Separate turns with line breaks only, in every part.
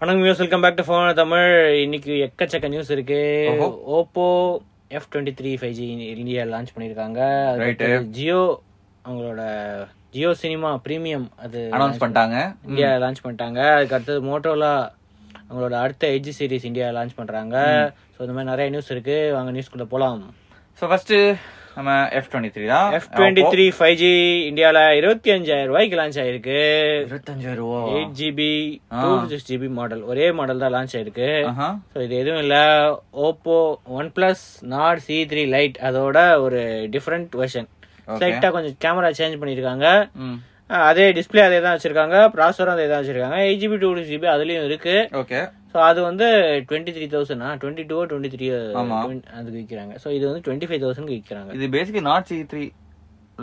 வணக்கம் views welcome back to phone Tamil இன்னைக்கு எக்கச்சக்க நியூஸ் இருக்கு
ஓஹோ.
Oppo F twenty three five G India launch பண்ணியிருக்காங்க
Right.
ஜியோ அவங்களோட ஜியோ சினிமா ப்ரீமியம் அது
அனௌன்ஸ் பண்ணிட்டாங்க
இந்தியா லான்ச் பண்ணிட்டாங்க அதுக்கு அடுத்தது மோட்டோலா அவங்களோட அடுத்த எட்ஜ் சீரிஸ் இந்தியா லான்ச் பண்றாங்க ஸோ இந்த மாதிரி நிறைய நியூஸ் இருக்கு வாங்க நியூஸ்குள்ள போலாம்
ஸோ ஃபர்ஸ்ட் நம்ம எஃப் டுவெண்ட்டி த்ரீ தான் Oh,
F twenty three five G இந்தியாவில் இருபத்தி அஞ்சாயிரம் ரூபாய்க்கு லான்ச் ஆயிருக்கு
oh. இருபத்தஞ்சாயிரம் ரூபா
eight GB two six GB model ஒரே மாடல் தான் லான்ச் ஆயிருக்கு
ஆஹா
ஸோ இது எதுவும் இல்லை Oppo OnePlus Nord C three lite அதோட ஒரு டிஃப்ரெண்ட் வெர்ஷன் ஸ்லைட்டாக கொஞ்சம் கேமரா சேஞ்ச் பண்ணியிருக்காங்க
ம்
அஹ் அதே டிஸ்பிளே அதே தான் வச்சுருக்காங்க ப்ராசரும் அதே தான் வச்சுருக்காங்க எயிட் ஜிபி டூ ஜிபி அதுலேயும் இருக்குது
ஓகே
ஸோ அது வந்து டுவெண்ட்டி த்ரீ தௌசண்டா டுவெண்ட்டி டூ டுவெண்ட்டி த்ரீ அதுக்கு விற்கிறாங்க ஸோ இது வந்து டுவெண்ட்டி ஃபைவ் தௌசண்ட்க்கு விற்கிறாங்க
இது basically not C three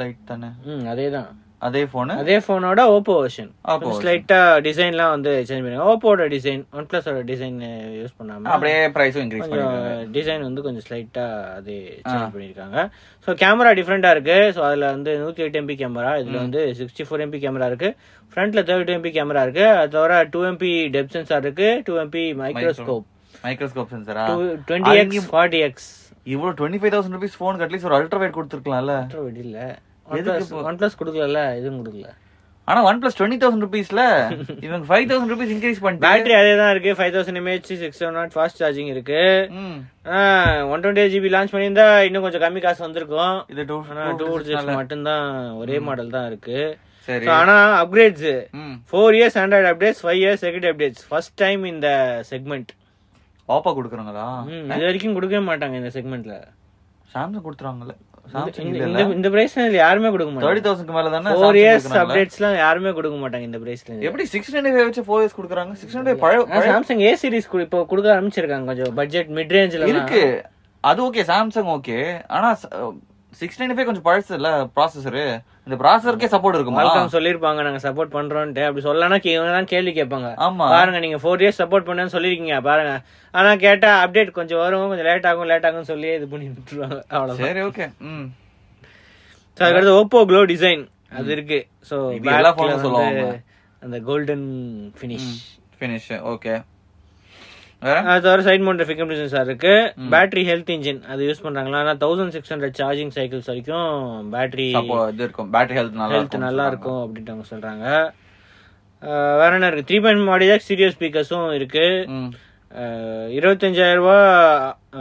lite தானே
ம் அதே தான்
அதே ஃபோனு
அதே ஃபோனோட ஓப்போ வெர்ஷன்
Oppo version.
ஸ்லைட்டாக டிசைன்லாம் வந்து சேஞ்ச் பண்ணிருக்காங்க ஓப்போட டிசைன் ஒன் ப்ளஸோட டிசைன் யூஸ் பண்ணாமல்
அப்படியே ப்ரைஸும் இன்க்ரீஸ் பண்ணி
கொஞ்சம் டிசைன் வந்து கொஞ்சம் ஸ்லைட்டா அது சேஞ்ச் பண்ணியிருக்காங்க ஸோ கேமரா டிஃப்ரெண்டா இருக்கு ஸோ அதுல வந்து நூத்தி எட்டு எம்பி கேமரா இதுல வந்து சிக்ஸ்டி ஃபோர் எம்பி கேமரா இருக்கு ஃப்ரண்ட்ல தேர்ட்டி எம்பி கேமரா இருக்கு அது தவிர டூ எம்பி டெப் சென்சார் இருக்கு டூ எம்பி மைக்ரோஸ்கோப்
மைக்ரோஸ்கோப் சென்சரா
டுவெண்ட்டி எக்ஸ் ஃபார்ட்டி எக்ஸ்
இவ்வளோ டுவெண்ட்டி ஃபைவ் தௌசண்ட் ருபீஸ் ஃபோனுக்கு அட்லீஸ்ட் ஒரு அல்ட்ரா வைட் கொடுத்துருக்கலாம்ல
இல்ல ஒன் பிளஸ் ஒன் பிளஸ் கொடுக்கல இதுவும் கொடுக்கல
ஆனா ஒன் பிளஸ் டுவெண்ட்டி தௌசண்ட் ருபீஸ்ல இவங்க ஃபைவ் தௌசண்ட் ருபீஸ் இன்க்ரீஸ் பண்ணிட்டு
பேட்டரி அதே தான் இருக்கு five thousand mAh six not fast charging இருக்கு
ம்
ஒன் டுவெண்ட்டி ஜிபி லான்ச் பண்ணியிருந்தா இன்னும் கொஞ்சம் கம்மி காசு வந்திருக்கும்
இது டூ
ஆனா டூ ஜிஎக்ஸ் மட்டும்தான் ஒரே மாடல் தான் இருக்கு
சரி Mm.
So, ஆனா அப்கிரேட்ஸ்
ம்
four years Android updates five years security updates first time இந்த செக்மெண்ட்
ஆப்பா கொடுக்குறாங்களா
இது வரைக்கும் கொடுக்கவே மாட்டாங்க இந்த செக்மெண்ட்ல
சாம்சங் கொடுத்துருவாங்கல்ல சாம்சங்
இந்த இந்த பிரைஸ்ல யாருமே கொடுக்க மாட்டாங்க
தேர்ட்டி தௌசண்ட்க்கு மேல தானே
ஃபோர்
Samsung
இயர்ஸ்
கொடுக்குறாங்கல்ல?
அப்டேட்ஸ்லாம் யாருமே கொடுக்க மாட்டாங்க இந்த பிரைஸ்ல
எப்படி சிக்ஸ் ஹண்ட்ரட் ஃபைவ் வச்சு ஃபோர் இயர்ஸ் கொடுக்குறாங்க சிக்ஸ் ஹண்ட்ரட் பழைய பழைய-
சாம்சங் ஏ சீரிஸ் இப்போ கொடுக்க ஆரம்பிச்சிருக்காங்க கொஞ்சம் பட்ஜெட் மிட் ரேஞ்சில்
இருக்கு அது ஓகே சாம்சங் ஓகே ஆனா சிக்ஸ் நைன்டி ஃபைவ் கொஞ்சம் பழசு இல்ல ப்ராசஸரு இந்த ப்ராசஸருக்கே சப்போர்ட் இருக்குமா
மால்காம் சொல்லிருப்பாங்க நாங்க சப்போர்ட் பண்றோம்ட்டு அப்படி சொல்லலனா இவங்க தான் கேள்வி கேட்பாங்க
ஆமா
பாருங்க நீங்க ஃபோர் இயர்ஸ் சப்போர்ட் பண்ணேன்னு சொல்லிருக்கீங்க பாருங்க ஆனா கேட்டா அப்டேட் கொஞ்சம் வரும் கொஞ்சம் லேட் ஆகும் லேட் ஆகும் சொல்லி இது பண்ணி விட்டுருவாங்க அவ்வளவு
சரி ஓகே ம்
ஸோ அதுக்கடுத்து ஓப்போ க்ளோ டிசைன் அது இருக்கு ஸோ
இது எல்லா phoneல சொல்லுவாங்க.
அந்த கோல்டன் ஃபினிஷ்
ஃபினிஷ் ஓகே வேற
அது தவிர சைட் மவுண்ட் ஃபிங்கர் சென்சார் இருக்கு பேட்டரி ஹெல்த் இன்ஜின் அது யூஸ் பண்றாங்களா ஆனா thousand six hundred charging cycles வரைக்கும் பேட்டரி
அப்போ இது இருக்கும் பேட்டரி ஹெல்த் நல்லா
ஹெல்த்
இருக்கும்
நல்லா இருக்கும் அப்படின்ட்டு அவங்க சொல்றாங்க அஹ் வேற என்ன இருக்கு த்ரீ பாயிண்ட் மாடியா ஸ்டீரியோ ஸ்பீக்கர்ஸும் இருக்கு
ம்
அஹ் இருபத்தஞ்சாயிரம் ரூபா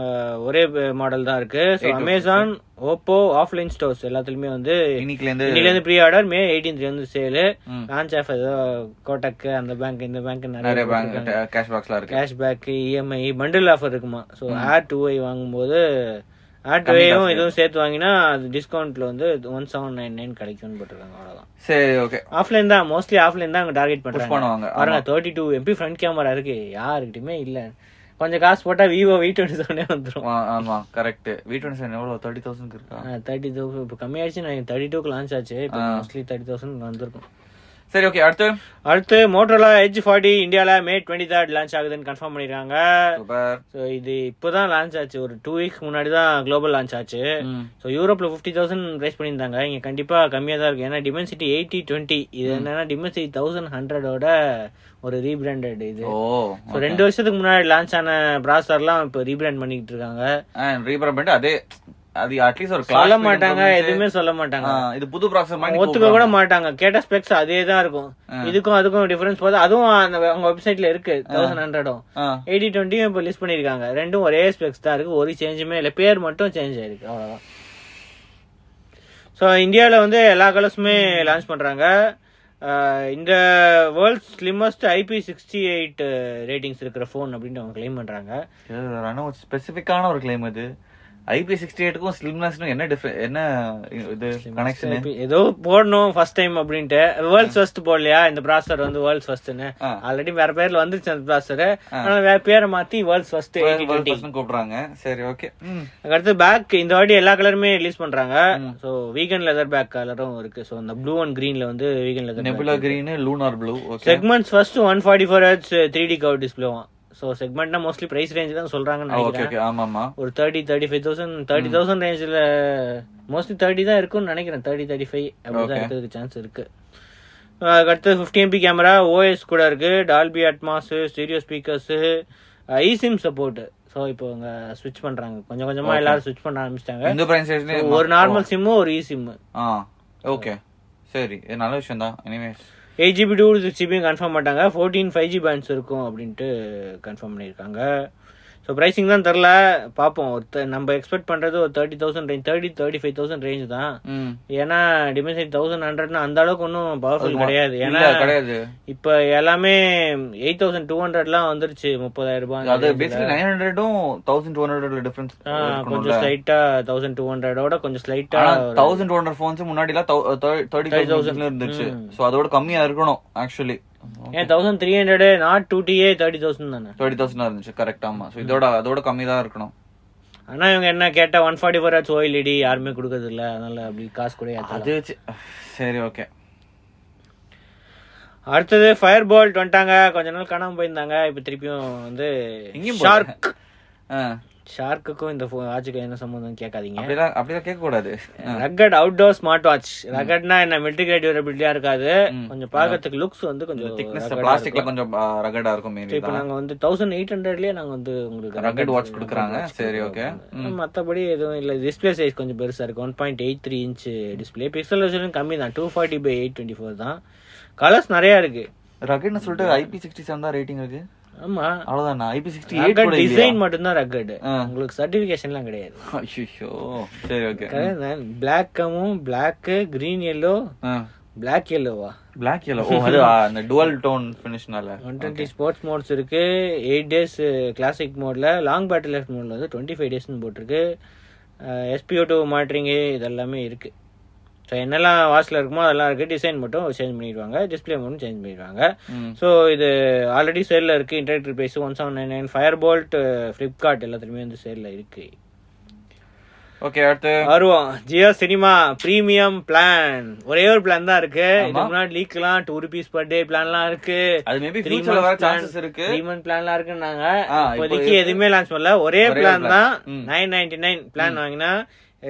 அஹ் ஒரே மாடல் தான் இருக்கு so Amazon Oppo offline stores எல்லாத்துலயுமே வந்து
இன்னைக்குல இருந்து
இன்னிலேருந்து ப்ரீ ஆர்டர் மே எயிட்டீன்த்ல இருந்து சேலு
ம்.
லான்ச் ஆஃப் ஏதோ கோட்டக் அந்த பேங்க் இந்த பேங்க்
நிறைய
நிறைய E
பேங்க் கேஷ் பாக்ஸ்லாம் இருக்கு
கேஷ்பேக் இஎம்ஐ பண்டில் ஆஃபர் இருக்குமா ஸோ ஆர் டூ ஐ வாங்கும்போது ஆர் டூ ஐயும் இதுவும் சேர்த்து வாங்கினா அது டிஸ்கவுண்ட்ல வந்து ஒன் செவன் நைன் நைன் கிடைக்கும்னு போட்டிருக்காங்க அவ்வளோதான்
சரி ஓகே
ஆஃப்லைன் தான் மோஸ்ட்லி ஆஃப்லைன் தான் அவங்க டார்கெட் பண்றாங்க
பண்ணுவாங்க
பாருங்க thirty two MP front camera இருக்கு யாருக்கிட்டயுமே இல்ல கொஞ்சம் காசு போட்டா விவோ வி டுவெண்ட்டி செவனே வந்துடும்
ஆ- ஆமா கரெக்ட் வீ டுவெண்ட்டி செவன் எவ்வளோ தேர்ட்டி தௌசண்ட்க்கு இருக்கா
தேர்ட்டி டூ இப்போ கம்மியாயிடுச்சு நான் தேர்ட்டி டூக்கு லான்ச் ஆச்சு இப்போ மோஸ்ட்லி தேர்ட்டி தௌசண்ட் வந்திருக்கும்
சரி ஓகே அடுத்து
அடுத்து மோட்டோலா எட்ஜ் ஃபார்ட்டி இந்தியால மே டுவெண்ட்டி தேர்ட் லான்ச் ஆகுதுன்னு கன்ஃபார்ம் பண்ணிருக்காங்க
சூப்பர்
ஸோ இது இப்போதான் லான்ச் ஆச்சு ஒரு டூ வீக்ஸ் முன்னாடி தான் குளோபல் லான்ச் ஆச்சு
ம்
ஸோ யூரோப்ல ஃபிஃப்டி தௌசண்ட் ப்ரைஸ் பண்ணியிருந்தாங்க இங்க கண்டிப்பா கம்மியா தான் இருக்கு ஏன்னா டிமென்சிட்டி எயிட்டி டுவெண்ட்டி இது என்னன்னா டிமென்சிட்டி தௌசண்ட் ஹண்ட்ரடோட ஒரு ரீபிராண்டட் இது
ஓ
ஸோ ரெண்டு வருஷத்துக்கு முன்னாடி லான்ச் ஆன ப்ராசர்லாம் இப்போ ரீபிராண்ட் பண்ணிக்கிட்டு இருக்காங்க
ரீபரம் பண்ணிட்டு அதே அது அட்லீஸ்ட் ஒரு
சொல்ல
class
மாட்டாங்க
improvement.
எதுவுமே சொல்ல மாட்டாங்க
ஆ, இது புது ப்ராசஸ் மாதிரி
ஒத்துக்க கூட மாட்டாங்க கேட்ட ஸ்பெக்ஸ் அதே தான் இருக்கும் இதுக்கும் அதுக்கும் டிஃபரன்ஸ் பார்த்தா அதுவும் அந்த வெ- அவங்க வெப்சைட்ல இருக்கு தௌசண்ட் ஹண்ட்ரடும்
ஆ,
எயிட்டி டுவெண்ட்டியும் இப்போ லிஸ்ட் பண்ணியிருக்காங்க ரெண்டும் ஒரே ஸ்பெக்ஸ் தான் இருக்கு ஒரு சேஞ்சுமே இல்லை பேர் மட்டும் சேஞ்ச் ஆயிருக்கு அவ்வளோதான் ஸோ இந்தியாவில் வந்து எல்லா கலர்ஸுமே லான்ச் பண்ணுறாங்க இந்த world slimmest IP sixty eight ratings இருக்கிற ஃபோன் அப்படின்ட்டு அவங்க கிளைம் பண்ணுறாங்க
இது ஒரு ஆனா ஒரு ஸ்பெசிஃபிக்கான ஒரு claim இது ஐபி சிக்ஸ்டி எயிட்டுக்கும் ஸ்லிம்னஸ்னும் என்ன டிஃபரெண்ட் என்ன இது கனெக்ஷன்
ஏதோ போடணும் ஃபர்ஸ்ட் டைம் அப்படின்ட்டு வேர்ல்ட்ஸ் ஃபர்ஸ்ட் போடலையா இந்த ப்ராசர் வந்து வேர்ல்ட்ஸ் ஃபர்ஸ்ட்னு
ஆ.
ஆல்ரெடி வேற பேர்ல வந்துருச்சு அந்த ப்ராசர் ஆனால் வேற பேரை மாற்றி வேர்ல்ட்ஸ் ஃபர்ஸ்ட் எயிட்டி டுவெண்ட்டி
கூப்பிடுறாங்க சரி ஓகே
அடுத்து பேக் இந்த வாட்டி எல்லா கலருமே ரிலீஸ் பண்றாங்க சோ வீகன் லெதர் பேக் கலரும் இருக்கு சோ அந்த ப்ளூ அண்ட் கிரீன்ல வந்து vegan leather
nebula green lunar blue okay
segment's first one forty four hertz three D curve டிஸ்பிளேவும் சோ செக்மெண்ட்னா மோஸ்ட்லி பிரைஸ் ரேஞ்ச் தான் சொல்றாங்கன்னு
ஓகே
நினைக்கிறேன்
ஓகே ஆமா ஆமா
ஒரு thirty thirty five thousand thirty thousand ரேஞ்சில் மோஸ்ட்லி தேர்ட்டி தான் இருக்கும்னு நினைக்கிறேன் தேர்ட்டி தேர்ட்டி ஃபைவ் அப்படி தான் இருக்கிறதுக்கு சான்ஸ் இருக்கு அடுத்தது ஃபிஃப்டி எம்பி கேமரா ஓஎஸ் கூட இருக்கு Dolby Atmos stereo speakers eSIM support so இப்போ இவங்க ஸ்விட்ச் பண்றாங்க கொஞ்சம் கொஞ்சமா எல்லாரும் ஸ்விட்ச் பண்ண ஆரம்பிச்சிட்டாங்க
இந்த பிரைன் ஸ்டேஷன்
ஒரு நார்மல் சிம்மு ஒரு இ சிம்மு
Oh. ஆ ஓகே சரி இது நல்ல விஷயம் தான் anyways
eight GB two six ஜிபியும் கன்ஃபார்ம் பண்ணிட்டாங்க ஃபோர்டீன் ஃபைவ் ஜி பேண்ட்ஸ் இருக்கும் அப்படின்ட்டு கன்ஃபார்ம் பண்ணியிருக்காங்க ஸோ ப்ரைஸிங் தான் தெரில பார்ப்போம் ஒரு th- நம்ம எக்ஸ்பெக்ட் பண்ணுறது ஒரு thirty thousand range thirty thirty five thousand range தான்
ம்
ஏன்னா டிமென்சிட்டி தௌசண்ட் ஹண்ட்ரட்னா அந்த அளவுக்கு ஒன்றும் பவர்ஃபுல் கிடையாது
இல்ல,
ஏன்னா
கிடையாது
இப்போ எல்லாமே எயிட் தௌசண்ட் டூ ஹண்ட்ரட்லாம் வந்துருச்சு முப்பதாயிரம் ரூபாய்
அது பேசிக்கலி நைன் ஹண்ட்ரடும் தௌசண்ட் டூ ஹண்ட்ரட் டிஃபரன்ஸ்
ஆ, கொஞ்சம் ஸ்லைட்டா தௌசண்ட் டூ ஹண்ட்ரடோட கொஞ்சம் ஸ்லைட்டா
ஆனா தௌசண்ட் டூ ஹண்ட்ரட் ஃபோன்ஸ் முன்னாடி எல்லாம் தேர்ட்டி தௌசண்ட்ல இருந்துச்சு சோ அதோட கம்மியா இருக்கணும் ஆக்சுவலி
ஏன் thousand three hundred Nord two T thirty thousand தானே
தேர்ட்டி தௌசண்ட் இருந்துச்சு கரெக்ட் ஆமா சோ இதோட அதோட கம்மி தான் இருக்கணும்
ஆனா இவங்க என்ன கேட்டா one forty four hours OLED யாருமே கொடுக்கறது இல்ல அதனால அப்படி காசு கூட ஏத்தலாம்.
அது சி- சரி ஓகே
அடுத்தது ஃபயர் போல்ட் வந்துட்டாங்க கொஞ்ச நாள் காணாம போயிருந்தாங்க இப்போ திருப்பியும் வந்து ஷார்க் ஷார்க்குக்கும் இந்த phone- வாட்சுக்கும் என்ன சம்பந்தம் கேட்காதீங்க
அப்படிதான் அப்படிதான் கேட்க கூடாது
ரகட் அவுட்டோர் ஸ்மார்ட் வாட்ச் ரகட்னா என்ன மில்ட்ரி கிரேட் டியூரபிலிட்டியா இருக்காது
ம்.
கொஞ்சம் பார்க்கறதுக்கு லுக்ஸ் வந்து கொஞ்சம்
திக்னஸ்
rugged-ஆ
பிளாஸ்டிக்ல கொஞ்சம் ரகடா
இருக்கும்.
இருக்கும் maybe
இப்போ
தான்
நாங்க வந்து தௌசண்ட் எயிட் ஹண்ட்ரட்லயே நாங்க வந்து உங்களுக்கு
Rugged watch கொடுக்குறாங்க. சரி, okay.
மத்தபடி எதுவும் இல்ல டிஸ்ப்ளே சைஸ் கொஞ்சம் பெருசா இருக்கு one point eight three inch display pixel resolution கம்மி தான் two forty by eight twenty four தான் கலர்ஸ் நிறைய இருக்கு
ரகட்னு சொல்லிட்டு ஐபி சிக்ஸ்டி செவன் தான் ரேட்டிங் இருக்கு
ஆமா
அவ்வளவுதான் ஐபி சிக்ஸ்டி எயிட்
ரகட்
கூட
டிசைன் மட்டும் தான் ரகட்
ஆ.
உங்களுக்கு சர்டிபிகேஷன்லாம் கிடையாது
ஐயோ சரி ஓகே
பிளாக்கமும் பிளாக்கு கிரீன் எல்லோ பிளாக் எல்லோவா
பிளாக் yellow ஓ அது ஆ, அந்த டுவல் டோன் ஃபினிஷ்னால
ஒன் டுவெண்ட்டி ஸ்போர்ட்ஸ் மோட்ஸ் இருக்கு uh, எயிட் டேஸ் கிளாசிக் மோட்ல லாங் பேட்டில் லைஃப் மோட்ல வந்து டுவெண்ட்டி ஃபைவ் டேஸ்னு போட்டிருக்கு Uh, எஸ்பிஓ டூ மாட்டரிங்கு இதெல்லாமே இருக்கு ஸோ என்னெல்லாம் வாட்சில் இருக்குமோ அதெல்லாம் இருக்கு டிசைன் மட்டும் சேஞ்ச் பண்ணிடுவாங்க டிஸ்பிளே மட்டும் சேஞ்ச் பண்ணிடுவாங்க ஸோ இது ஆல்ரெடி சேலில் இருக்கு interactive price one seven nine nine Fire Boltt Flipkart எல்லாத்துலேயுமே uh, வந்து சேலில் இருக்கு
ஓகே அடுத்து
வருவோம் ஜியோ சினிமா பிரீமியம் பிளான் ஒரே ஒரு பிளான் தான் இருக்கு இதுக்கு முன்னாடி லீக்லாம் டூ ருபீஸ் per டே பிளான்லாம் இருக்கு
அது மேபி
Three
ஃபியூச்சர்ல வர
months plan.
சான்சஸ் இருக்கு
Three month plan லாம் இருக்குன்னாங்க.
ஆ, இப்போ
இப்போதைக்கு எதுவுமே launch பண்ணல. ஒரே
ஒரே
plan
plan.
தான்.
ம்.
999 plan வாங்கினா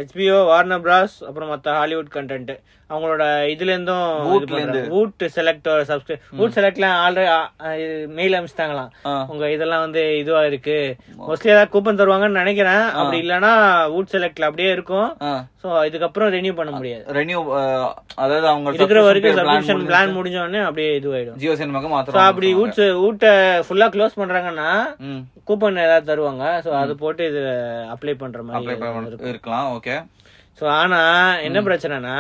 HBO, Warner Bros, அப்புறம் மத்த Hollywood content. அவங்களோட இதுல இருந்தும் இது
Wootல
பண்றாங்க. Woot select ஒரு subscri- Woot selectலாம் already, ஆ, ஆ, இது mail அனுப்பிச்சிட்டாங்களாம்.
ஆ.
உங்க இதெல்லாம் வந்து இதுவா இருக்கு மோஸ்ட்லி ஏதாவது கூப்பன் தருவாங்கன்னு நினைக்கிறேன் அப்படி இல்லனா வூட் செலக்ட்ல அப்படியே இருக்கும்
ஆ.
சோ இதுக்கப்புறம் ரெனியூ பண்ண முடியாது
renew ஆ, அதாவது அவங்க
இருக்கிற வரைக்கும்
subscription plan
சப்ஸ்கிரிப்ஷன்
முடிஞ்சு-
பிளான் முடிஞ்ச உடனே அப்படியே இதுவாயிடும்
ஜியோ சினிமாக்கு
So,
மாத்திரம்
அப்படி
கொடுப்பாங்க.
ஊட்ஸ் ஊட்டை ஃபுல்லா க்ளோஸ் பண்றாங்கன்னா
ம்
கூப்பன் ஏதாவது தருவாங்க ஸோ அது போட்டு இது அப்ளை பண்ற
அப்ளை
மாதிரி
பண்ண இருக்கலாம் ஓகே
ஸோ ஆனா என்ன பிரச்சனைனா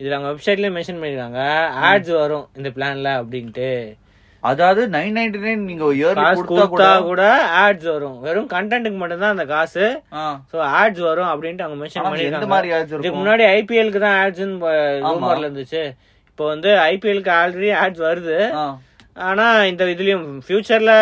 இதுல அவங்க வெப்சைட்லயே மென்ஷன் பண்ணிருக்காங்க ஆட்ஸ் வரும் இந்த பிளான்ல அப்படின்ட்டு
அதாவது நைன் நைன்டி நைன் நீங்க இயர்லி
காசு
கொடுத்தா கூட
கொடுத்தா கூட ஆட்ஸ் வரும் வெறும் கண்டென்ட்டுக்கு மட்டும்தான் அந்த காசு
ஆ.
ஸோ ஆட்ஸ் வரும் அப்படின்ட்டு அவங்க மென்ஷன்
ஆனா எந்த
பண்ணிருக்காங்க
மாதிரி ஆச்சு
இதுக்கு
இருக்கும்
முன்னாடி ஐபிஎலுக்கு தான் ஆட்ஸ்ன்னு ரூமர்ல இருந்துச்சு இப்போ வந்து ஐபிஎலுக்கு ஆல்ரெடி ஆட்ஸ் வருது
ஆ.
ஆனா இந்த இதுலயும் ஃபியூச்சர்ல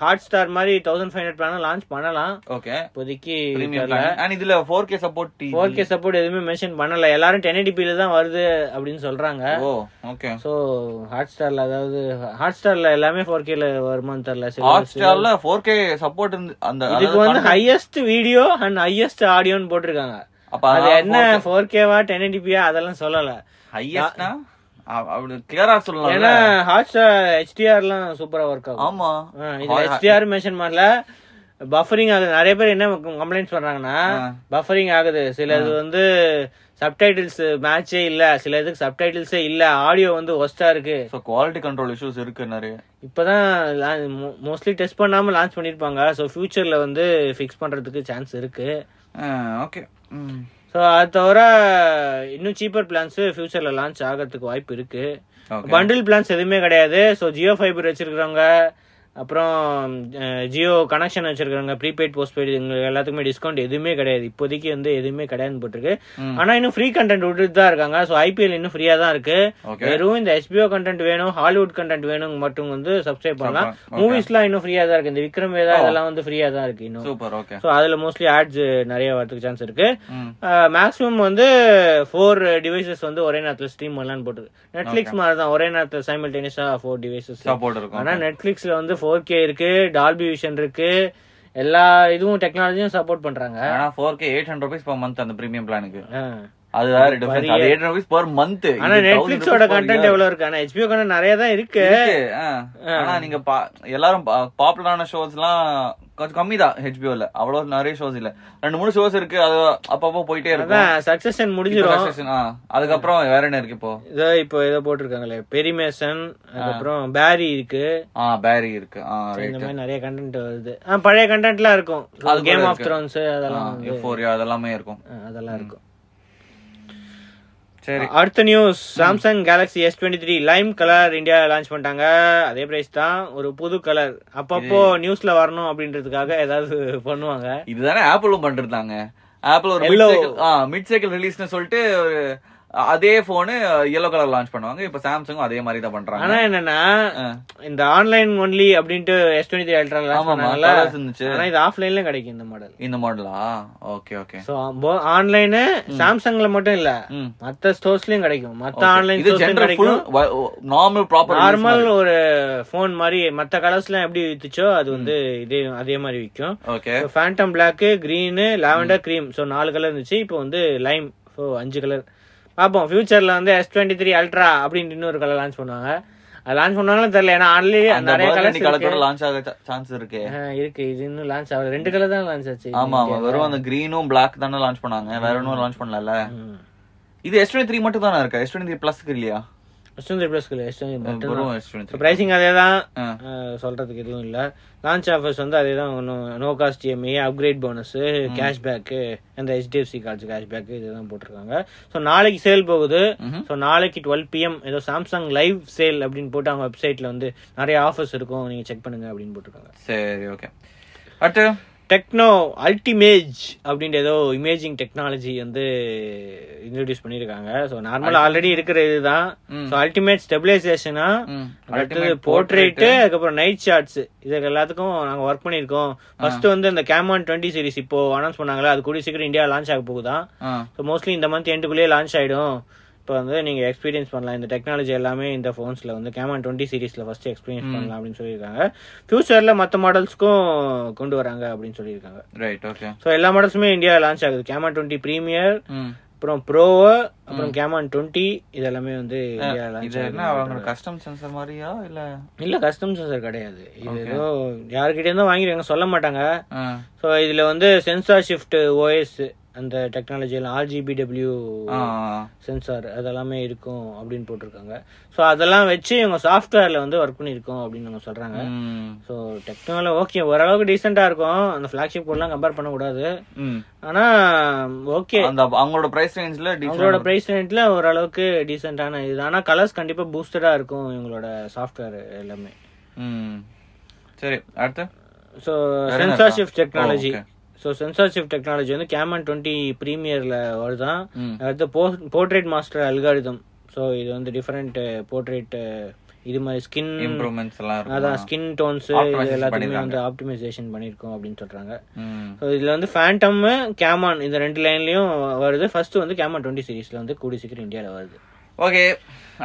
ஹாட் ஸ்டார் மாதிரி thousand five hundred plan launch பண்ணலாம்
ஓகே
இப்போதைக்கு
பிரீமியம் பிளான் அண்ட் இதுல four K support
four K support எதுவுமே மென்ஷன் பண்ணல எல்லாரும் டென் ல தான் வருது அப்படின்னு சொல்றாங்க
ஓ ஓகே
ஸோ ஹாட் ஸ்டார்ல அதாவது ஹாட் ஸ்டார்ல எல்லாமே ஃபோர் கேல வருமான்னு தெரியல சில
ஹாட் ஸ்டார்ல ஃபோர் கே சப்போர்ட் இருந்து அந்த
இதுக்கு
அதாவது
வந்து ஹையஸ்ட் வீடியோ அண்ட் ஹையஸ்ட் ஆடியோன்னு போட்டிருக்காங்க
அப்ப
அது என்ன ஃபோர் கேவா டென் எடிபியா அதெல்லாம் சொல்லல
ஹையஸ்ட்னா அப்படி கிளியரா சொல்லலாம்
ஏன்னா ஹாட் ஸ்டார் ஹெச்டிஆர்லாம் சூப்பரா ஒர்க் ஆகும்
ஆமா
ஆ, இது ஹெச்டிஆர் மென்ஷன் பண்ணல பஃபரிங் ஆகுது நிறைய பேர் என்ன கம்ப்ளைண்ட்ஸ் பண்றாங்கன்னா பஃபரிங் ஆகுது சில இது வந்து சப்டைட்டில்ஸ் மேட்சே இல்ல சில இதுக்கு சப்டைட்டில்ஸே இல்ல ஆடியோ வந்து ஒஸ்டா இருக்கு
சோ குவாலிட்டி கண்ட்ரோல் இஷ்யூஸ் இருக்கு நிறைய
இப்பதான் மோஸ்ட்லி டெஸ்ட் பண்ணாம லான்ச் பண்ணிருப்பாங்க ஸோ ஃபியூச்சர்ல வந்து ஃபிக்ஸ் பண்றதுக்கு சான்ஸ் இருக்கு
ஓகே
ஸோ அது தவிர இன்னும் சீப்பர் பிளான்ஸ் ஃபியூச்சர்ல லான்ச் ஆகிறதுக்கு வாய்ப்பு இருக்கு
ஓகே
பண்டில் பிளான்ஸ் எதுவுமே கிடையாது ஸோ ஜியோ ஃபைபர் வச்சிருக்கிறவங்க அப்புறம் ஜியோ கனெக்ஷன் வச்சிருக்கிறவங்க ப்ரீபெய்ட் போஸ்ட்பெய்டு இவங்க எல்லாத்துக்குமே டிஸ்கவுண்ட் எதுவுமே கிடையாது இப்போதைக்கு வந்து எதுவுமே கிடையாதுன்னு போட்டிருக்கு
ம்.
ஆனால் இன்னும் ஃப்ரீ கண்டென்ட் விட்டுட்டு தான் இருக்காங்க ஸோ ஐபிஎல் இன்னும் ஃப்ரீயாக தான் இருக்கு
ஓகே
வெறும் இந்த எஸ்பிஓ கண்டென்ட் வேணும் ஹாலிவுட் கண்டென்ட் வேணும் மட்டும் வந்து சப்ஸ்கிரைப் பண்ணலாம்
Okay. Okay. Oh.
மூவிஸ்லாம் இன்னும் ஃப்ரீயாக தான் இருக்கு இந்த விக்ரம் வேதா இதெல்லாம் வந்து ஃப்ரீயாக தான் இருக்கு இன்னும்
சூப்பர் ஓகே
ஸோ அதில் மோஸ்ட்லி ஆட்ஸ் நிறைய வரதுக்கு சான்ஸ் இருக்கு
ம்
மேக்ஸிமம் வந்து ஃபோர் டிவைசஸ் வந்து ஒரே நேரத்தில் ஸ்ட்ரீம் பண்ணலான்னு போட்டு நெட்ஃப்ளிக்ஸ் மாதிரி தான் ஒரே நேரத்தில் சைமல்டேனியஸாக ஃபோர் டிவைசஸ்
சப்போர்ட் இருக்கும்
ஆனால் நெட்ஃப்ளிக்ஸில் வந்து ஃபோர் கே இருக்கு டால்பி விஷன் இருக்கு எல்லா இதுவும் டெக்னாலஜியும் சப்போர்ட் பண்ணுறாங்க
ஆனா four K eight hundred rupees per month அந்த பிரீமியம் பிளானுக்கு அது வேற டிஃபரன்ஸ் அது எயிட் ருபீஸ் பர் மந்த்
ஆனா நெட்ஃபிளிக்ஸோட கண்டென்ட் எவ்வளவு இருக்கு ஆனா ஹெச்பிஓ கண்டென்ட் நிறைய தான் இருக்கு
ஆனா நீங்க பா- எல்லாரும் பாப்புலரான ஷோஸ்லாம் கொஞ்சம் கம்மி தான் ஹெச்பிஓல அவ்வளவு நிறைய ஷோஸ் இல்ல ரெண்டு மூணு ஷோஸ் இருக்கு அது அப்பப்போ போயிட்டே இருக்கும்
அதான் சக்சஷன்
இப்ப
முடிஞ்சிரும்
succession, ஆ. அதுக்கப்புறம் வேற என்ன இருக்கு இப்போ
இதோ இப்போ ஏதோ போட்டிருக்காங்களே பெரிமேசன் அதுக்கப்புறம் பேரி இருக்கு
ஆ பேரி இருக்கு ஆ
இந்த
ரைட்
மாதிரி நிறைய கண்டென்ட் வருது ஆ பழைய கண்டென்ட்லாம் இருக்கும்
அது கூட
கேம் ஆஃப்
இருக்கு.
த்ரோன்ஸ் அதெல்லாம் வந்து,
எஃபோரியா அதெல்லாமே இருக்கும்
ஆ, அதெல்லாம் இருக்கும்
சரி
அடுத்த news Samsung Galaxy S twenty three lime colour India launch பண்ணிட்டாங்க அதே பிரைஸ் தான் ஒரு புது கலர் அப்பப்போ நியூஸ்ல வரணும் அப்படின்றதுக்காக ஏதாவது பண்ணுவாங்க
இதுதானே ஆப்பிளும் பண்ணிருந்தாங்க ஆப்பிள் ஒரு
Yellow.
மிட் சைக்கிள் ரிலீஸ்னு சொல்லிட்டு ஒரு அதே போனு yellow கலர் லான்ச் பண்ணுவாங்க இப்ப சாம்சங்கும் அதே மாதிரி தான் பண்றாங்க
ஆனா என்னன்னா
ஆ.
இந்த ஆன்லைன் ஒன்லி அப்படின்ட்டு S twenty three ultra launch
ஆமா
பண்ணாங்கல்ல
கலர்ஸ் இருந்துச்சு
ஆனா இது ஆஃப்லைன்ல கிடைக்கும் இந்த மாடல்
இந்த மாடலா ஓகே ஓகே
ஸோ ஆன்லைனு சாம்சங்ல மட்டும் இல்ல
ம்
மத்த ஸ்டோர்ஸ்லயும் கிடைக்கும் மத்த ஆன்லைன்
இது
ஸ்டோர்ஸ்லயும்
ஜெனரல்
கிடைக்கும்
நார்மல் ப்ராப்பர்
நார்மல் ஒரு ஃபோன் மாதிரி மத்த கலர்ஸ்லாம் எப்படி வித்துச்சோ அது வந்து இதே அதே மாதிரி விற்கும்
okay
phantom black green lavender cream so நாலு கலர் இருந்துச்சு இப்போ வந்து லைம் ஸோ அஞ்சு கலர் பார்ப்போம் ஃபியூச்சர்ல வந்து எஸ் டுவெண்ட்டி த்ரீ அல்ட்ரா அப்படின்னு இன்னொரு கலர் லான்ச் பண்ணுவாங்க அது லான்ச் பண்ணுவாங்கன்னு தெரியல ஏன்னா ஆன்லைன்லயே
அந்த
நிறைய
burgundy
கலர்ஸ்
color கூட லான்ச் ஆக சான்ஸ் இருக்கு
இருக்கு இது இன்னும் லான்ச் ஆகல ரெண்டு கலர் தான் லான்ச் ஆச்சு
ஆமா ஆமா வெறும் அந்த கிரீனும் பிளாக் தானே லான்ச் பண்ணாங்க வேற ஒன்னும் லான்ச் பண்ணல
ம்.
இது எஸ் டுவெண்ட்டி த்ரீ மட்டும் தானே இருக்கா எஸ் டுவெண்ட்டி த்ரீ பிளஸ்க்கு இல்லையா
S twenty plus S twenty
வெறும் எஸ் டுவெண்ட்டி
ப்ரைசிங் அதே தான்
ஆ.
சொல்றதுக்கு எதுவும் இல்ல லான்ச் ஆஃபர்ஸ் வந்து அதே தான் ஒன்றும் no cost EMI upgrade bonus cashback அந்த ஹெச்டிஎஃப்சி கார்ட்ஸ் கேஷ்பேக்கு இதுதான் போட்டிருக்காங்க ஸோ நாளைக்கு சேல் போகுது
ம்ஹும்.
ஸோ நாளைக்கு டுவெல் பிஎம் ஏதோ சாம்சங் லைவ் சேல் அப்படின்னு போட்டு அவங்க வெப்சைட்ல வந்து நிறைய ஆஃபர்ஸ் இருக்கும் நீங்க செக் பண்ணுங்க அப்படின்னு போட்டிருக்காங்க
சரி ஓகே அடுத்து
டெக்னோ அல்டிமேஜ் அப்படின்ற ஏதோ இமேஜிங் டெக்னாலஜி வந்து இன்ட்ரடியூஸ் பண்ணியிருக்காங்க ஸோ நார்மலாக ஆல்ரெடி இருக்கிற இதுதான்
ம்.
ஸோ அல்டிமேட் ஸ்டெபிலைசேஷனா
ம்.
அடுத்தது
Ultimate portrait.
போர்ட்ரேட் அதுக்கப்புறம் நைட் ஷாட்ஸ் இதுக்கு எல்லாத்துக்கும் நாங்க ஒர்க் பண்ணியிருக்கோம் ஃபர்ஸ்ட் வந்து இந்த கேமான் டுவெண்ட்டி சீரிஸ் இப்போ அனௌன்ஸ் பண்ணாங்களா அது கூடிய சீக்கிரம் இந்தியா லான்ச் ஆக போகுதான்
ஆ
ஸோ மோஸ்ட்லி இந்த மந்த் எண்டுக்குள்ளேயே லான்ச் ஆயிடும் இப்போ வந்து நீங்க எக்ஸ்பீரியன்ஸ் பண்ணலாம் இந்த டெக்னாலஜி எல்லாமே இந்த ஃபோன்ஸ்ல வந்து கேமான் டுவெண்ட்டி சீரிஸ்ல ஃபர்ஸ்ட் எக்ஸ்பீரியன்ஸ் பண்ணலாம் அப்படின்னு சொல்லியிருக்காங்க ஃபியூச்சர்ல மற்ற மாடல்ஸ்க்கும் கொண்டு வராங்க அப்படின்னு சொல்லியிருக்காங்க
ரைட் ஓகே
ஸோ எல்லா மாடல்ஸுமே இந்தியா லான்ச் ஆகுது கேமான் டுவெண்ட்டி ப்ரீமியர்
ம்
அப்புறம் ப்ரோ அப்புறம் கேமான் டுவெண்ட்டி இதெல்லாமே வந்து இந்தியா லான்ச்
இது
ஆகுது
என்ன அவங்க கஸ்டம் சென்சர் மாதிரியா இல்ல
இல்ல கஸ்டம் சென்சார் கிடையாது இது ஏதோ யார்கிட்ட இருந்தும் வாங்கிருக்காங்க சொல்ல மாட்டாங்க
ஆ.
ஸோ இதுல வந்து சென்சார் ஷிஃப்ட் ஓஎஸ் அந்த டெக்னாலஜி எல்லாம் ஆர்ஜிபிடபிள்யூ
ஆ
சென்சார் அதெல்லாமே இருக்கும் அப்படின்னு போட்டிருக்காங்க ஸோ அதெல்லாம் வச்சு இவங்க சாஃப்ட்வேர்ல வந்து ஒர்க் பண்ணியிருக்கோம் அப்படின்னு அவங்க சொல்றாங்க
ம்.
ஸோ டெக்னாலஜி ஓகே ஓரளவுக்கு டீசெண்டாக இருக்கும் அந்த ஃப்ளாக்ஷிப் போர்ட்லாம் கம்பேர் பண்ணக்கூடாது
ம்.
ஆனா ஓகே
அந்த அவங்களோட பிரைஸ் ரேஞ்ச்ல
அவங்களோட பிரைஸ் ரேட்ல ஓரளவுக்கு டீசெண்டான இது ஆனா கலர்ஸ் கண்டிப்பா பூஸ்டடா இருக்கும் இவங்களோட சாஃப்ட்வேர் எல்லாமே
ம் சரி அடுத்து
ஸோ
வேற என்ன
சென்சார்
இருக்கா?
ஷிஃப்ட் டெக்னாலஜி
ஓ, okay.
So sensor shift technology வந்து கேமன் டுவெண்ட்டி ப்ரீமியரில் வருதான்
ம்.
அடுத்து போ போர்ட்ரேட் மாஸ்டர் அல்காரிதம் ஸோ இது வந்து டிஃப்ரெண்ட் போர்ட்ரேட் uh, இது மாதிரி ஸ்கின்
இம்ப்ரூவ்மெண்ட்ஸ் எல்லாம்
அதான்
இருக்கும்
ஸ்கின் டோன்ஸ் இது
Optimization
எல்லாத்தையுமே
பண்ணிருக்காங்க.
வந்து ஆப்டிமைசேஷன் பண்ணியிருக்கோம் அப்படின்னு சொல்கிறாங்க
ம்.
ஸோ இதில் வந்து ஃபேண்டம் கேமான் இந்த ரெண்டு லைன்லையும் வருது ஃபர்ஸ்ட் வந்து கேமான் டுவெண்ட்டி சீரீஸில் வந்து கூடி சீக்கிரம் இந்தியாவில் வருது
ஓகே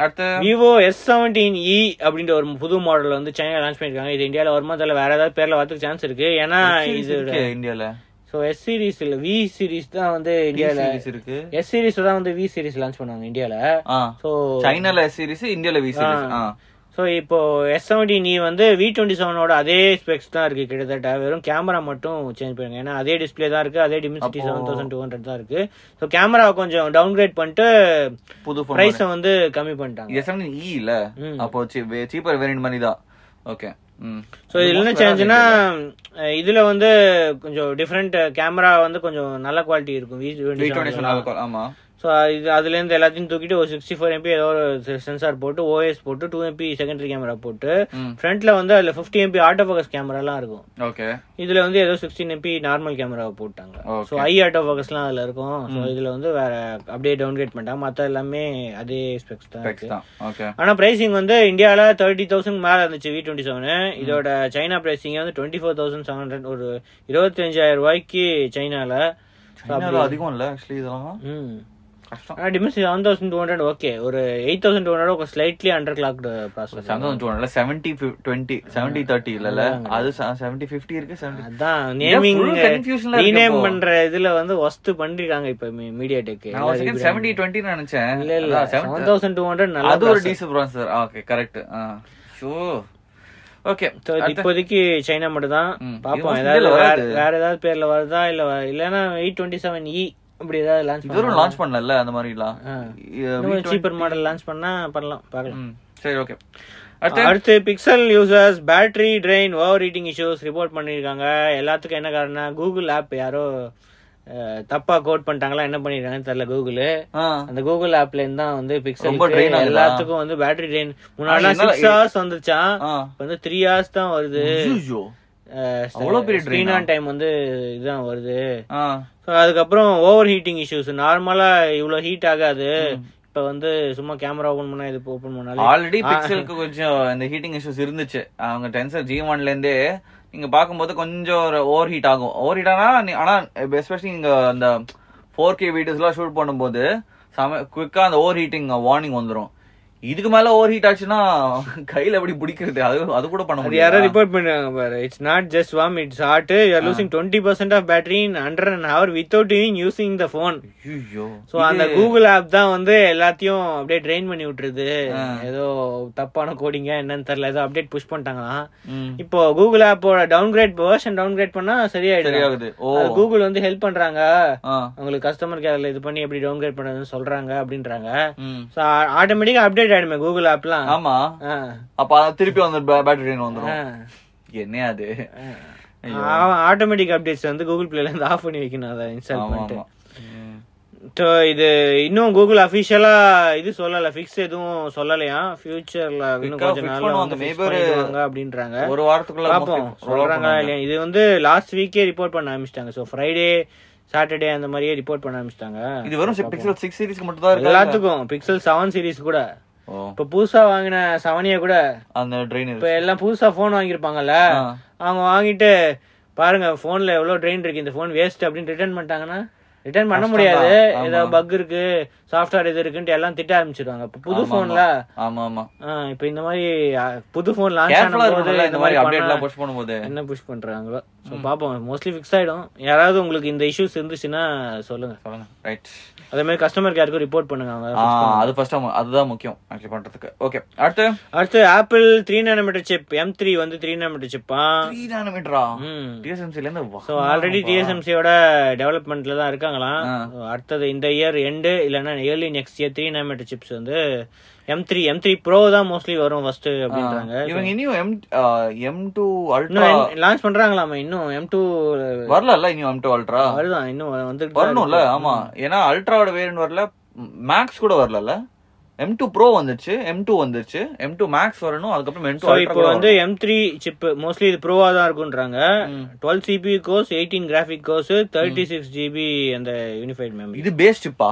அடுத்து
விவோ எஸ் செவன்டீன் இ E அப்படின்ற ஒரு புது மாடல் வந்து சைனா லான்ச் பண்ணியிருக்காங்க இது இந்தியாவில் வருமா அதில் வேற ஏதாவது பேரில் வரதுக்கு சான்ஸ் இருக்கு ஏன்னா
series
இது
இருக்கு இந்தியால
ஸோ எஸ் சீரிஸ் இல்ல வி சீரிஸ் தான் வந்து இந்தியாவில்
சீரிஸ் இருக்கு
எஸ் சீரிஸ் தான் வந்து வி சீரிஸ் லான்ச் பண்ணாங்க இந்தியாவில்
ஆ
ஸோ
சைனால சீரிஸ் இந்தியால வி சீரிஸ் ஆ
ஸோ இப்போ எஸ் செவன்டி நீ வந்து வி டுவெண்ட்டி செவனோட அதே ஸ்பெக்ஸ் தான் இருக்கு கிட்டத்தட்ட வெறும் கேமரா மட்டும் சேஞ்ச் பண்ணுங்க ஏன்னா அதே டிஸ்ப்ளே தான் இருக்கு அதே Dimensity seven thousand two hundred தான் இருக்கு ஸோ கேமராவை கொஞ்சம் டவுன்கிரேட் பண்ணிட்டு
புது ஃபோன்
ப்ரைஸை வந்து கம்மி பண்ணிட்டாங்க
எஸ்எம்டி இ E இல்ல
ம்.
அப்போ சீப்பர் வேரியன்ட் மாதிரி தான் ஓகே ம்
ஸோ இதில் என்ன சேஞ்சுன்னா இதுல வந்து கொஞ்சம் டிஃப்ரெண்ட் கேமரா வந்து கொஞ்சம் நல்ல குவாலிட்டி இருக்கும் வி
த்ரீ
டுவெண்ட்டி
ஆமா
ஸோ இது அதுலேருந்து எல்லாத்தையும் தூக்கிட்டு ஒரு சிக்ஸ்டி ஃபோர் எம்பி ஏதோ ஒரு சென்சார் போட்டு ஓஎஸ் போட்டு டூ எம்பி செகண்டரி கேமரா போட்டு
ம்.
ஃப்ரண்ட்ல வந்து அதில் ஃபிஃப்டி எம்பி ஆட்டோ ஃபோக்கஸ் கேமராலாம் இருக்கும்
ஓகே
இதுல வந்து ஏதோ சிக்ஸ்டீன் எம்பி நார்மல் கேமராவை போட்டாங்க
Okay.
ஸோ ஐ ஆட்டோ ஃபோக்கஸ்லாம் அதில் இருக்கும் ஸோ இதுல வந்து வேற அப்படியே டவுன்கிரேட் பண்ணிட்டாங்க மற்ற எல்லாமே அதே ஸ்பெக்ஸ் தான் இருக்கு
டெக்ஸ் தான் ஓகே
ஆனா பிரைசிங் வந்து இந்தியால தேர்ட்டி தௌசண்ட் மேல இருந்துச்சு வி டுவெண்ட்டி செவன் இதோட சைனா பிரைசிங் வந்து twenty four thousand seven hundred ஒரு இருபத்தஞ்சாயிரம் ரூபாய்க்கு சைனால
சைனால அதிகம் இல்ல ஆக்சுவலி இதெல்லாம்
ம்
கஷ்டம்
ஆனால் Dimensity seven thousand two hundred okay ஒரு eight thousand two hundred slightly underclocked process
சங்கம் சொல்லுவாங்கல்ல செவன்டி டுவெண்ட்டி செவன்டி தேர்ட்டி இல்லல அது செவன்டி ஃபிஃப்டி இருக்கு செவன்டி
அதான் நேமிங்
full confusionல இருக்கு
ரீநேம்
இப்போ.
பண்ற இதுல வந்து ஒஸ்ட் பண்ணிருக்காங்க இப்ப மீடியா டெக்
நான் ஒரு செகண்ட் செவன்டி டுவெண்ட்டி நினைச்சேன்
இல்ல இல்ல
அதான் 70
செவன் தௌசண்ட் டூ ஹண்ட்ரட் நல்லா
அது ஒரு diesel processor okay correct so okay
So, இது இப்போதைக்கு சைனா மட்டும் தான்
ம். இது
பாப்போம்
வந்து
ஏதாவது
இதுல
வேற
வராது.
வேற ஏதாவது பேர்ல வருதா இல்ல வ- இல்லனா எயிட் டுவெண்ட்டி செவன் இ அப்படி E ஏதாவது லான்ச்
இதுவரும் லான்ச் பண்ணல அந்த மாதிரிலாம்
பண்ணலாம் சீப்பர் மாடல் லான்ச் பண்ணா பண்ணலாம் பார்க்கலாம்
சரி ஓகே அடுத்து
அடுத்து Pixel users battery drain overheating issues report பண்ணியிருக்காங்க எல்லாத்துக்கும் என்ன காரணம் கூகுள் ஆப் யாரோ அஹ், தப்பா கோட் பண்ணிட்டாங்களா என்ன பண்ணிருக்காங்கன்னு தெரியல கூகுள்
ஆ.
அந்த கூகுள் ஆப்ல இருந்து தான் வந்து பிக்சல்
ரொம்ப drain ஆகுதா?
எல்லாத்துக்கும் வந்து பேட்டரி ட்ரெயின் முன்னாடி
என்னால-
சிக்ஸ் ஹவர்ஸ் வந்துச்சான்
ஆ.
இப்ப வந்து த்ரீ ஹவர்ஸ் தான் வருது
ஐயையோ. அவ்வளவு பெரிய drain ஆ?
ஆன் டைம் வந்து இதுதான் வருது
ஆ.
So, அதுக்கப்புறம் ஓவர் ஹீட்டிங் இஷ்யூஸ் நார்மலா இவ்வளவு ஹீட் ஆகாது இப்ப வந்து சும்மா கேமரா ஓபன் பண்ணா இது ஓபன் பண்ணாலே
ஆல்ரெடி பிக்சலுக்கு கொஞ்சம் இந்த ஹீட்டிங் இஷ்யூஸ் இருந்துச்சு அவங்க டென்சர் ஜி ஒன்ல இருந்தே நீங்க பாக்கும்போது கொஞ்சம் ஒரு ஓவர் ஹீட் ஆகும் ஓவர் ஹீட் ஆனா நீ- ஆனா எஸ்பெஷலி நீங்க அந்த ஃபோர் கே வீடியோஸ் எல்லாம் ஷூட் பண்ணும்போது சம குவிக்கா அந்த ஓவர் ஹீட்டிங் வார்னிங் வந்துரும் இதுக்கு மேல ஓவர் ஹீட் ஆச்சுன்னா கையில எப்படி பிடிக்கிறது அது அது கூட பண்ண
அது யாரோ
முடியாது
ரிப்போர்ட் பண்ணிருக்காங்க பாரு it's not just warm it's hot you are losing twenty percent of battery in under an hour without using the phone
ஐயோ
சோ அந்த கூகுள் ஆப் தான் வந்து எல்லாத்தையும் அப்படியே ட்ரெயின் பண்ணி விட்டுருது ஏதோ தப்பான கோடிங்க என்னன்னு தெரியல ஏதோ அப்டேட் புஷ் பண்ணிட்டாங்களாம் இப்போ கூகுள் ஆப்போட டவுன்கிரேட் வேர்ஷன் டவுன்கிரேட் பண்ணா சரியாயிடும்
சரியாகுது ஓ
கூகுள் வந்து ஹெல்ப் பண்றாங்க
ஆ
உங்களுக்கு கஸ்டமர் கேர்ல இது பண்ணி எப்படி டவுன்கிரேட் பண்றதுன்னு சொல்றாங்க அப்படின்றாங்க
ம்.
ஸோ ஆட்டோமேட்டிக்கா அப்டேட் ஆயிடுமே கூகுள் ஆப்லாம்
ஆமா
ஆ.
அப்ப அது திருப்பி வந்து பேட்டரி ட்ரெயின் வந்துரும்
ஆ.
என்ன அது
ஆ- ஆட்டோமேட்டிக் அப்டேட்ஸ் வந்து கூகுள் பிளேல இருந்து ஆஃப் பண்ணி வைக்கணும் அதை இன்ஸ்டால்
ஆமா
பண்ணிட்டு
ஆமா ம்.
ஸோ இது இன்னும் கூகுள் அஃபிஷியலா இது சொல்லல ஃபிக்ஸ் எதுவும் சொல்லலையா ஃபியூச்சர்ல இன்னும்
Quick-ஆ
கொஞ்ச
fix
நாள்
பண்ணுவாங்க.
வந்து fix
Maybe ஒரு-
பண்ணிடுவாங்க அப்படின்றாங்க
ஒரு வாரத்துக்குள்ள
பார்ப்போம்
mostly roll out
சொல்றாங்களா
பண்ணுவாங்க.
இல்லையா இது வந்து லாஸ்ட் வீக்கே ரிப்போர்ட் பண்ண ஆரம்பிச்சிட்டாங்க ஸோ ஃப்ரைடே சாட்டர்டே அந்த மாதிரியே ரிப்போர்ட் பண்ண
இது
ஆரம்பிச்சிட்டாங்க
வெறும் பிக்சல் சிக்ஸ் சீரிஸ்க்கு மட்டும் தான் இருக்கு
எல்லாத்துக்கும் பிக்சல் செவன் சீரிஸ் கூட
ஓ
இப்ப புதுசா வாங்கின சவனிய கூட
அந்த ட்ரெயின்
இப்ப எல்லாம் புதுசா போன் வாங்கியிருப்பாங்கல்ல
ஆ.
அவங்க வாங்கிட்டு பாருங்க போன்ல எவ்வளவு ட்ரெயின் இருக்கு இந்த போன் வேஸ்ட் அப்படின்னு ரிட்டர்ன் பண்ணிட்டாங்கன்னா ரிட்டர்ன் பண்ண முடியாது
ஆமா.
ஏதோ பக் இருக்கு சாஃப்ட்வேர் இது இருக்குன்ட்டு எல்லாம் திட்ட ஆரம்பிச்சிருவாங்க இப்ப புது போன்ல
ஆமா ஆமா
இப்ப இந்த மாதிரி ஆ, புது போன் லான்ச்
கேர்ஃபுல்லா
ஆனபோது
இருக்கணும்ல
இந்த
இந்த மாதிரி அப்டேட்
பண்ணா
எல்லாம் போஸ்ட் பண்ணும்போது
என்ன புஷ் பண்றாங்களோ ஸோ பார்ப்போம் மோஸ்ட்லி ஃபிக்ஸ் ஆயிடும் யாராவது உங்களுக்கு இந்த இஷ்யூஸ் இருந்துச்சுன்னா சொல்லுங்க
சொல்லுங்க ரைட்
அதே மாதிரி கஸ்டமர் கேருக்கு ரிப்போர்ட் பண்ணுங்க அவங்க
ஆ அது ஃபர்ஸ்ட் அதுதான் முக்கியம் ஆக்சுவலி பண்றதுக்கு ஓகே அடுத்து
அடுத்து Apple three nanometre chip M three வந்து த்ரீ நானோமீட்டர் சிப்பா
3 நானோமீட்டரா
ம்
டிஎஸ்எம்சில இருந்து வா.
ஸோ ஆல்ரெடி டிஎஸ்எம்சியோட டெவலப்மெண்ட்ல தான் இருக்காங்களாம் So, அடுத்தது இந்த இயர் எண்டு இல்லைன்னா early next year three nanometre chips வந்து M three M three bro தான் மோஸ்ட்லி வரும் ஃபர்ஸ்ட் அப்படின்றாங்க
இவங்க இனியும் எம் எம் டூ அல்ட்ரா
இன்னும் லான்ச் பண்றாங்களாமா இன்னும் எம் டூ
வரல இன்னும் எம் டூ அல்ட்ரா
வருதான் இன்னும் வந்துட்டு தான்
வரணும்ல ஆமா ஏன்னா அல்ட்ராவோட வேரியன்ட் வரல மேக்ஸ் கூட வரல எம் டூ ப்ரோ வந்துருச்சு எம் டூ வந்துருச்சு எம் டூ மேக்ஸ் வரணும் அதுக்கப்புறம் எம் டூ
ஸோ இப்போ வந்து எம் த்ரீ சிப் மோஸ்ட்லி இது ப்ரோவா தான் இருக்குன்றாங்க twelve CPU cores eighteen graphic cores thirty six GB அந்த யூனிஃபைட் மெமரி
இது பேஸ்ட் சிப்பா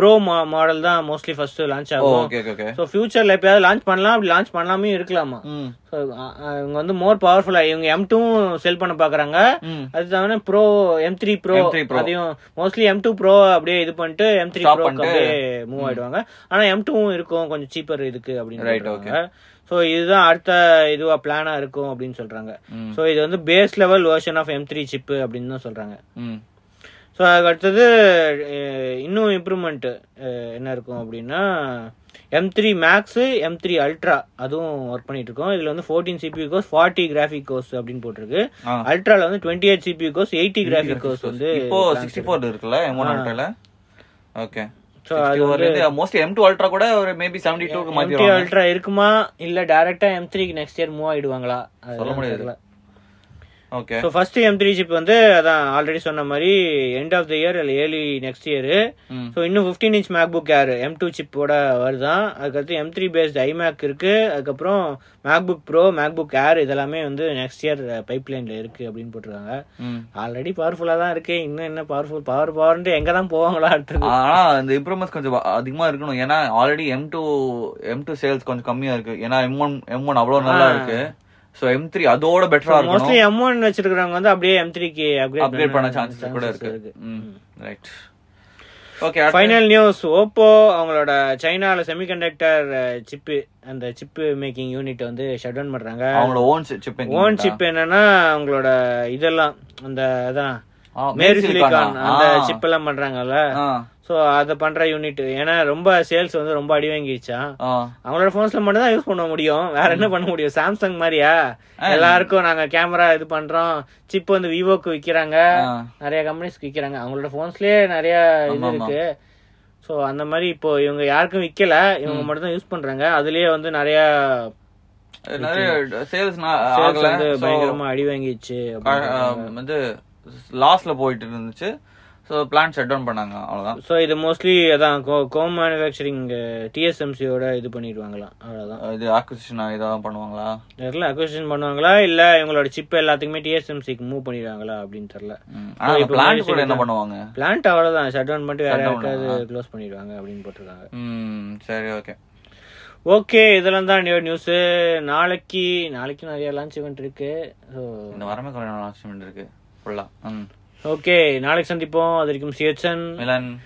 ப்ரோ மாடல் தான் மோஸ்ட்லி ஃபர்ஸ்ட் லான்ச் ஆகும்
ஓகே ஓகே ஓகே
ஸோ ஃபியூச்சர்ல எப்பயாவது லான்ச் பண்ணலாம் அப்படி லான்ச் பண்ணலாமே இருக்கலாமா
ம்
So, அ- அ- இவங்க வந்து மோர் பவர்ஃபுல்லா இவங்க எம் டூ செல் பண்ண பாக்குறாங்க
ம்
அது தவிர bro M three bro
M3 Pro.
அதையும் மோஸ்ட்லி எம் டூ ப்ரோ அப்படியே இது பண்ணிட்டு எம் த்ரீ
Stop
ப்ரோ
பண்ணிட்டு.
அப்படியே மூவ் ஆயிடுவாங்க ஆனா எம் டூவும் இருக்கும் கொஞ்சம் சீப்பர் இதுக்கு அப்படின்னு
Right,
சொல்றாங்க ஸோ இதுதான் அடுத்த இதுவா பிளானா இருக்கும் அப்படின்னு சொல்றாங்க
ம்.
ஸோ இது வந்து base level version of M three chip அப்படின்னு தான் சொல்றாங்க
ம்
ஸோ அதுக்கு அடுத்தது அஹ், இன்னும் இம்ப்ரூவ்மெண்ட் என்ன இருக்கும் அப்படின்னா M three Max M three ultra அதுவும் ஒர்க் பண்ணிட்டு இருக்கோம் இதில் வந்து fourteen CPU cores forty graphic cores அப்படின்னு போட்டிருக்கு
ஆ.
அல்ட்ரால வந்து twenty eight CPU cores eighty graphic cores வந்து
இப்போ சிக்ஸ்டி ஃபோர் இருக்குல்ல எம் ஒன் அல்ட்ரால okay
So,
mostly M two ultra கூட ஒரு மேபி செவன்டி டூக்கு
எம் த்ரீ
மாத்திடுவாங்க
அல்ட்ரா இருக்குமா இல்லை டேரெக்டாக எம் த்ரீக்கு நெக்ஸ்ட் இயர் மூவ் ஆயிடுவாங்களா
சொல்ல முடியாது. Okay
so first M three chip வந்து அதான் ஆல்ரெடி சொன்ன மாதிரி எண்ட் ஆஃப் த இயர் இல்லை ஏர்லி நெக்ஸ்ட் இயர்
ம்
ஸோ இன்னும் fifteen inch MacBook Air M two சிப்போட வருதான் அதுக்கடுத்து எம் த்ரீ பேஸ்ட் ஐமேக் இருக்கு அதுக்கப்புறம் MacBook pro MacBook Air இதெல்லாமே வந்து நெக்ஸ்ட் இயர் பைப் லைன்ல இருக்கு அப்படின்னு போட்டிருக்காங்க
ம்
ஆல்ரெடி பவர்ஃபுல்லா தான் இருக்கு இன்னும் என்ன பவர்ஃபுல் பவர் பவர்ன்ட்டு எங்க தான் போவாங்களா அடுத்தது
ஆனா இந்த இம்ப்ரூவ்மெண்ட்ஸ் கொஞ்சம் வ- அதிகமா இருக்கணும் ஏன்னா already M two M two sales கொஞ்சம் கம்மியா இருக்கு ஏன்னா எம் ஒன் எம் ஒன் அவ்வளவு நல்லா இருக்கு சோ எம் த்ரீ அதோட பெட்டரா
மோஸ்ட்லி
இருக்கணும்
எம் ஒன் வச்சிருக்கிறவங்க வந்து அப்படியே எம் த்ரீக்கு
Hmm, அப்கிரேட் பண்ண சான்சஸ் கூட இருக்கு right okay
final news Oppo அவங்களோட சைனால செமிகண்டக்டர் சிப்பு அந்த சிப்பு மேக்கிங் யூனிட் வந்து ஷட் டவுன் பண்றாங்க
அவங்களோட ஓன் சிப்
ஓன் சிப் என்னன்னா அவங்களோட இதெல்லாம் அந்த அதான்
Oh,
மேரி சிலிகான் அந்த
மேரி
சிப் எல்லாம் பண்றாங்கல்ல
ஆ
சோ அத பண்ற யூனிட் ஏன்னா ரொம்ப சேல்ஸ் வந்து ரொம்ப அடி வாங்கிடுச்சான்
ஆ
அவங்களோட போன்ஸ்ல மட்டும் தான் யூஸ் பண்ண முடியும் வேற என்ன பண்ண முடியும் சாம்சங் மாதிரியா எல்லாருக்கும் நாங்க கேமரா இது பண்றோம் சிப் வந்து விவோக்கு விக்கிறாங்க
ஆ.
நிறைய கம்பெனிஸ்க்கு விற்கிறாங்க அவங்களோட ஃபோன்ஸ்லயே நிறைய
ஆமா,
இது
ஆமா.
இருக்கு ஸோ அந்த மாதிரி இப்போ இவங்க யாருக்கும் விற்கல இவங்க மட்டும் தான் யூஸ் பண்றாங்க அதுலயே வந்து நிறைய
நிறைய சேல்ஸ்
sales
ஆகல
வந்து
So,
பயங்கரமா அடி வாங்கிடுச்சு
ஆ, ஆ, வந்து லாஸ்ல போயிட்டு இருந்துச்சு சோ பிளான் ஷட் டவுன் பண்ணாங்க அவ்வளவுதான்
ஸோ இது மோஸ்ட்லி அதான் கோம் மேனுஃபேக்சரிங் டிஎஸ்எம்சியோட இது பண்ணிடுவாங்களாம் அவ்வளோதான்
இது அக்விசிஷன் இதான் பண்ணுவாங்களா
தெரியல அக்விஷன் பண்ணுவாங்களா இல்ல இவங்களோட சிப் எல்லாத்துக்குமே டிஎஸ்எம்சிக்கு மூவ் பண்ணிடுவாங்களா அப்படின்னு தெரியல
ம். ஆனா அந்த
இப்ப
plant
மாதிரி
கூட என்ன
சொல்லிட்டாங்க.
பண்ணுவாங்க
பிளான்ட் அவ்வளவுதான் ஷட் டவுன் பண்ணிட்டு வேற
Shut down,
யாருக்காவது க்ளோஸ் பண்ணிடுவாங்க அப்படின்னு போட்டிருக்காங்க
ம் சரி ஓகே
ஓகே இதெல்லாம் தான் நியூஸ் நாளைக்கு நாளைக்கு நிறைய லான்ச் ஈவெண்ட் இருக்கு ஸோ
இந்த வரமே குறையான லாஸ்ட் இருக்கு ஃபுல்லா ம்
ஓகே நாளைக்கு சந்திப்போம் அது வரைக்கும் சிஎச்என்
மிலன்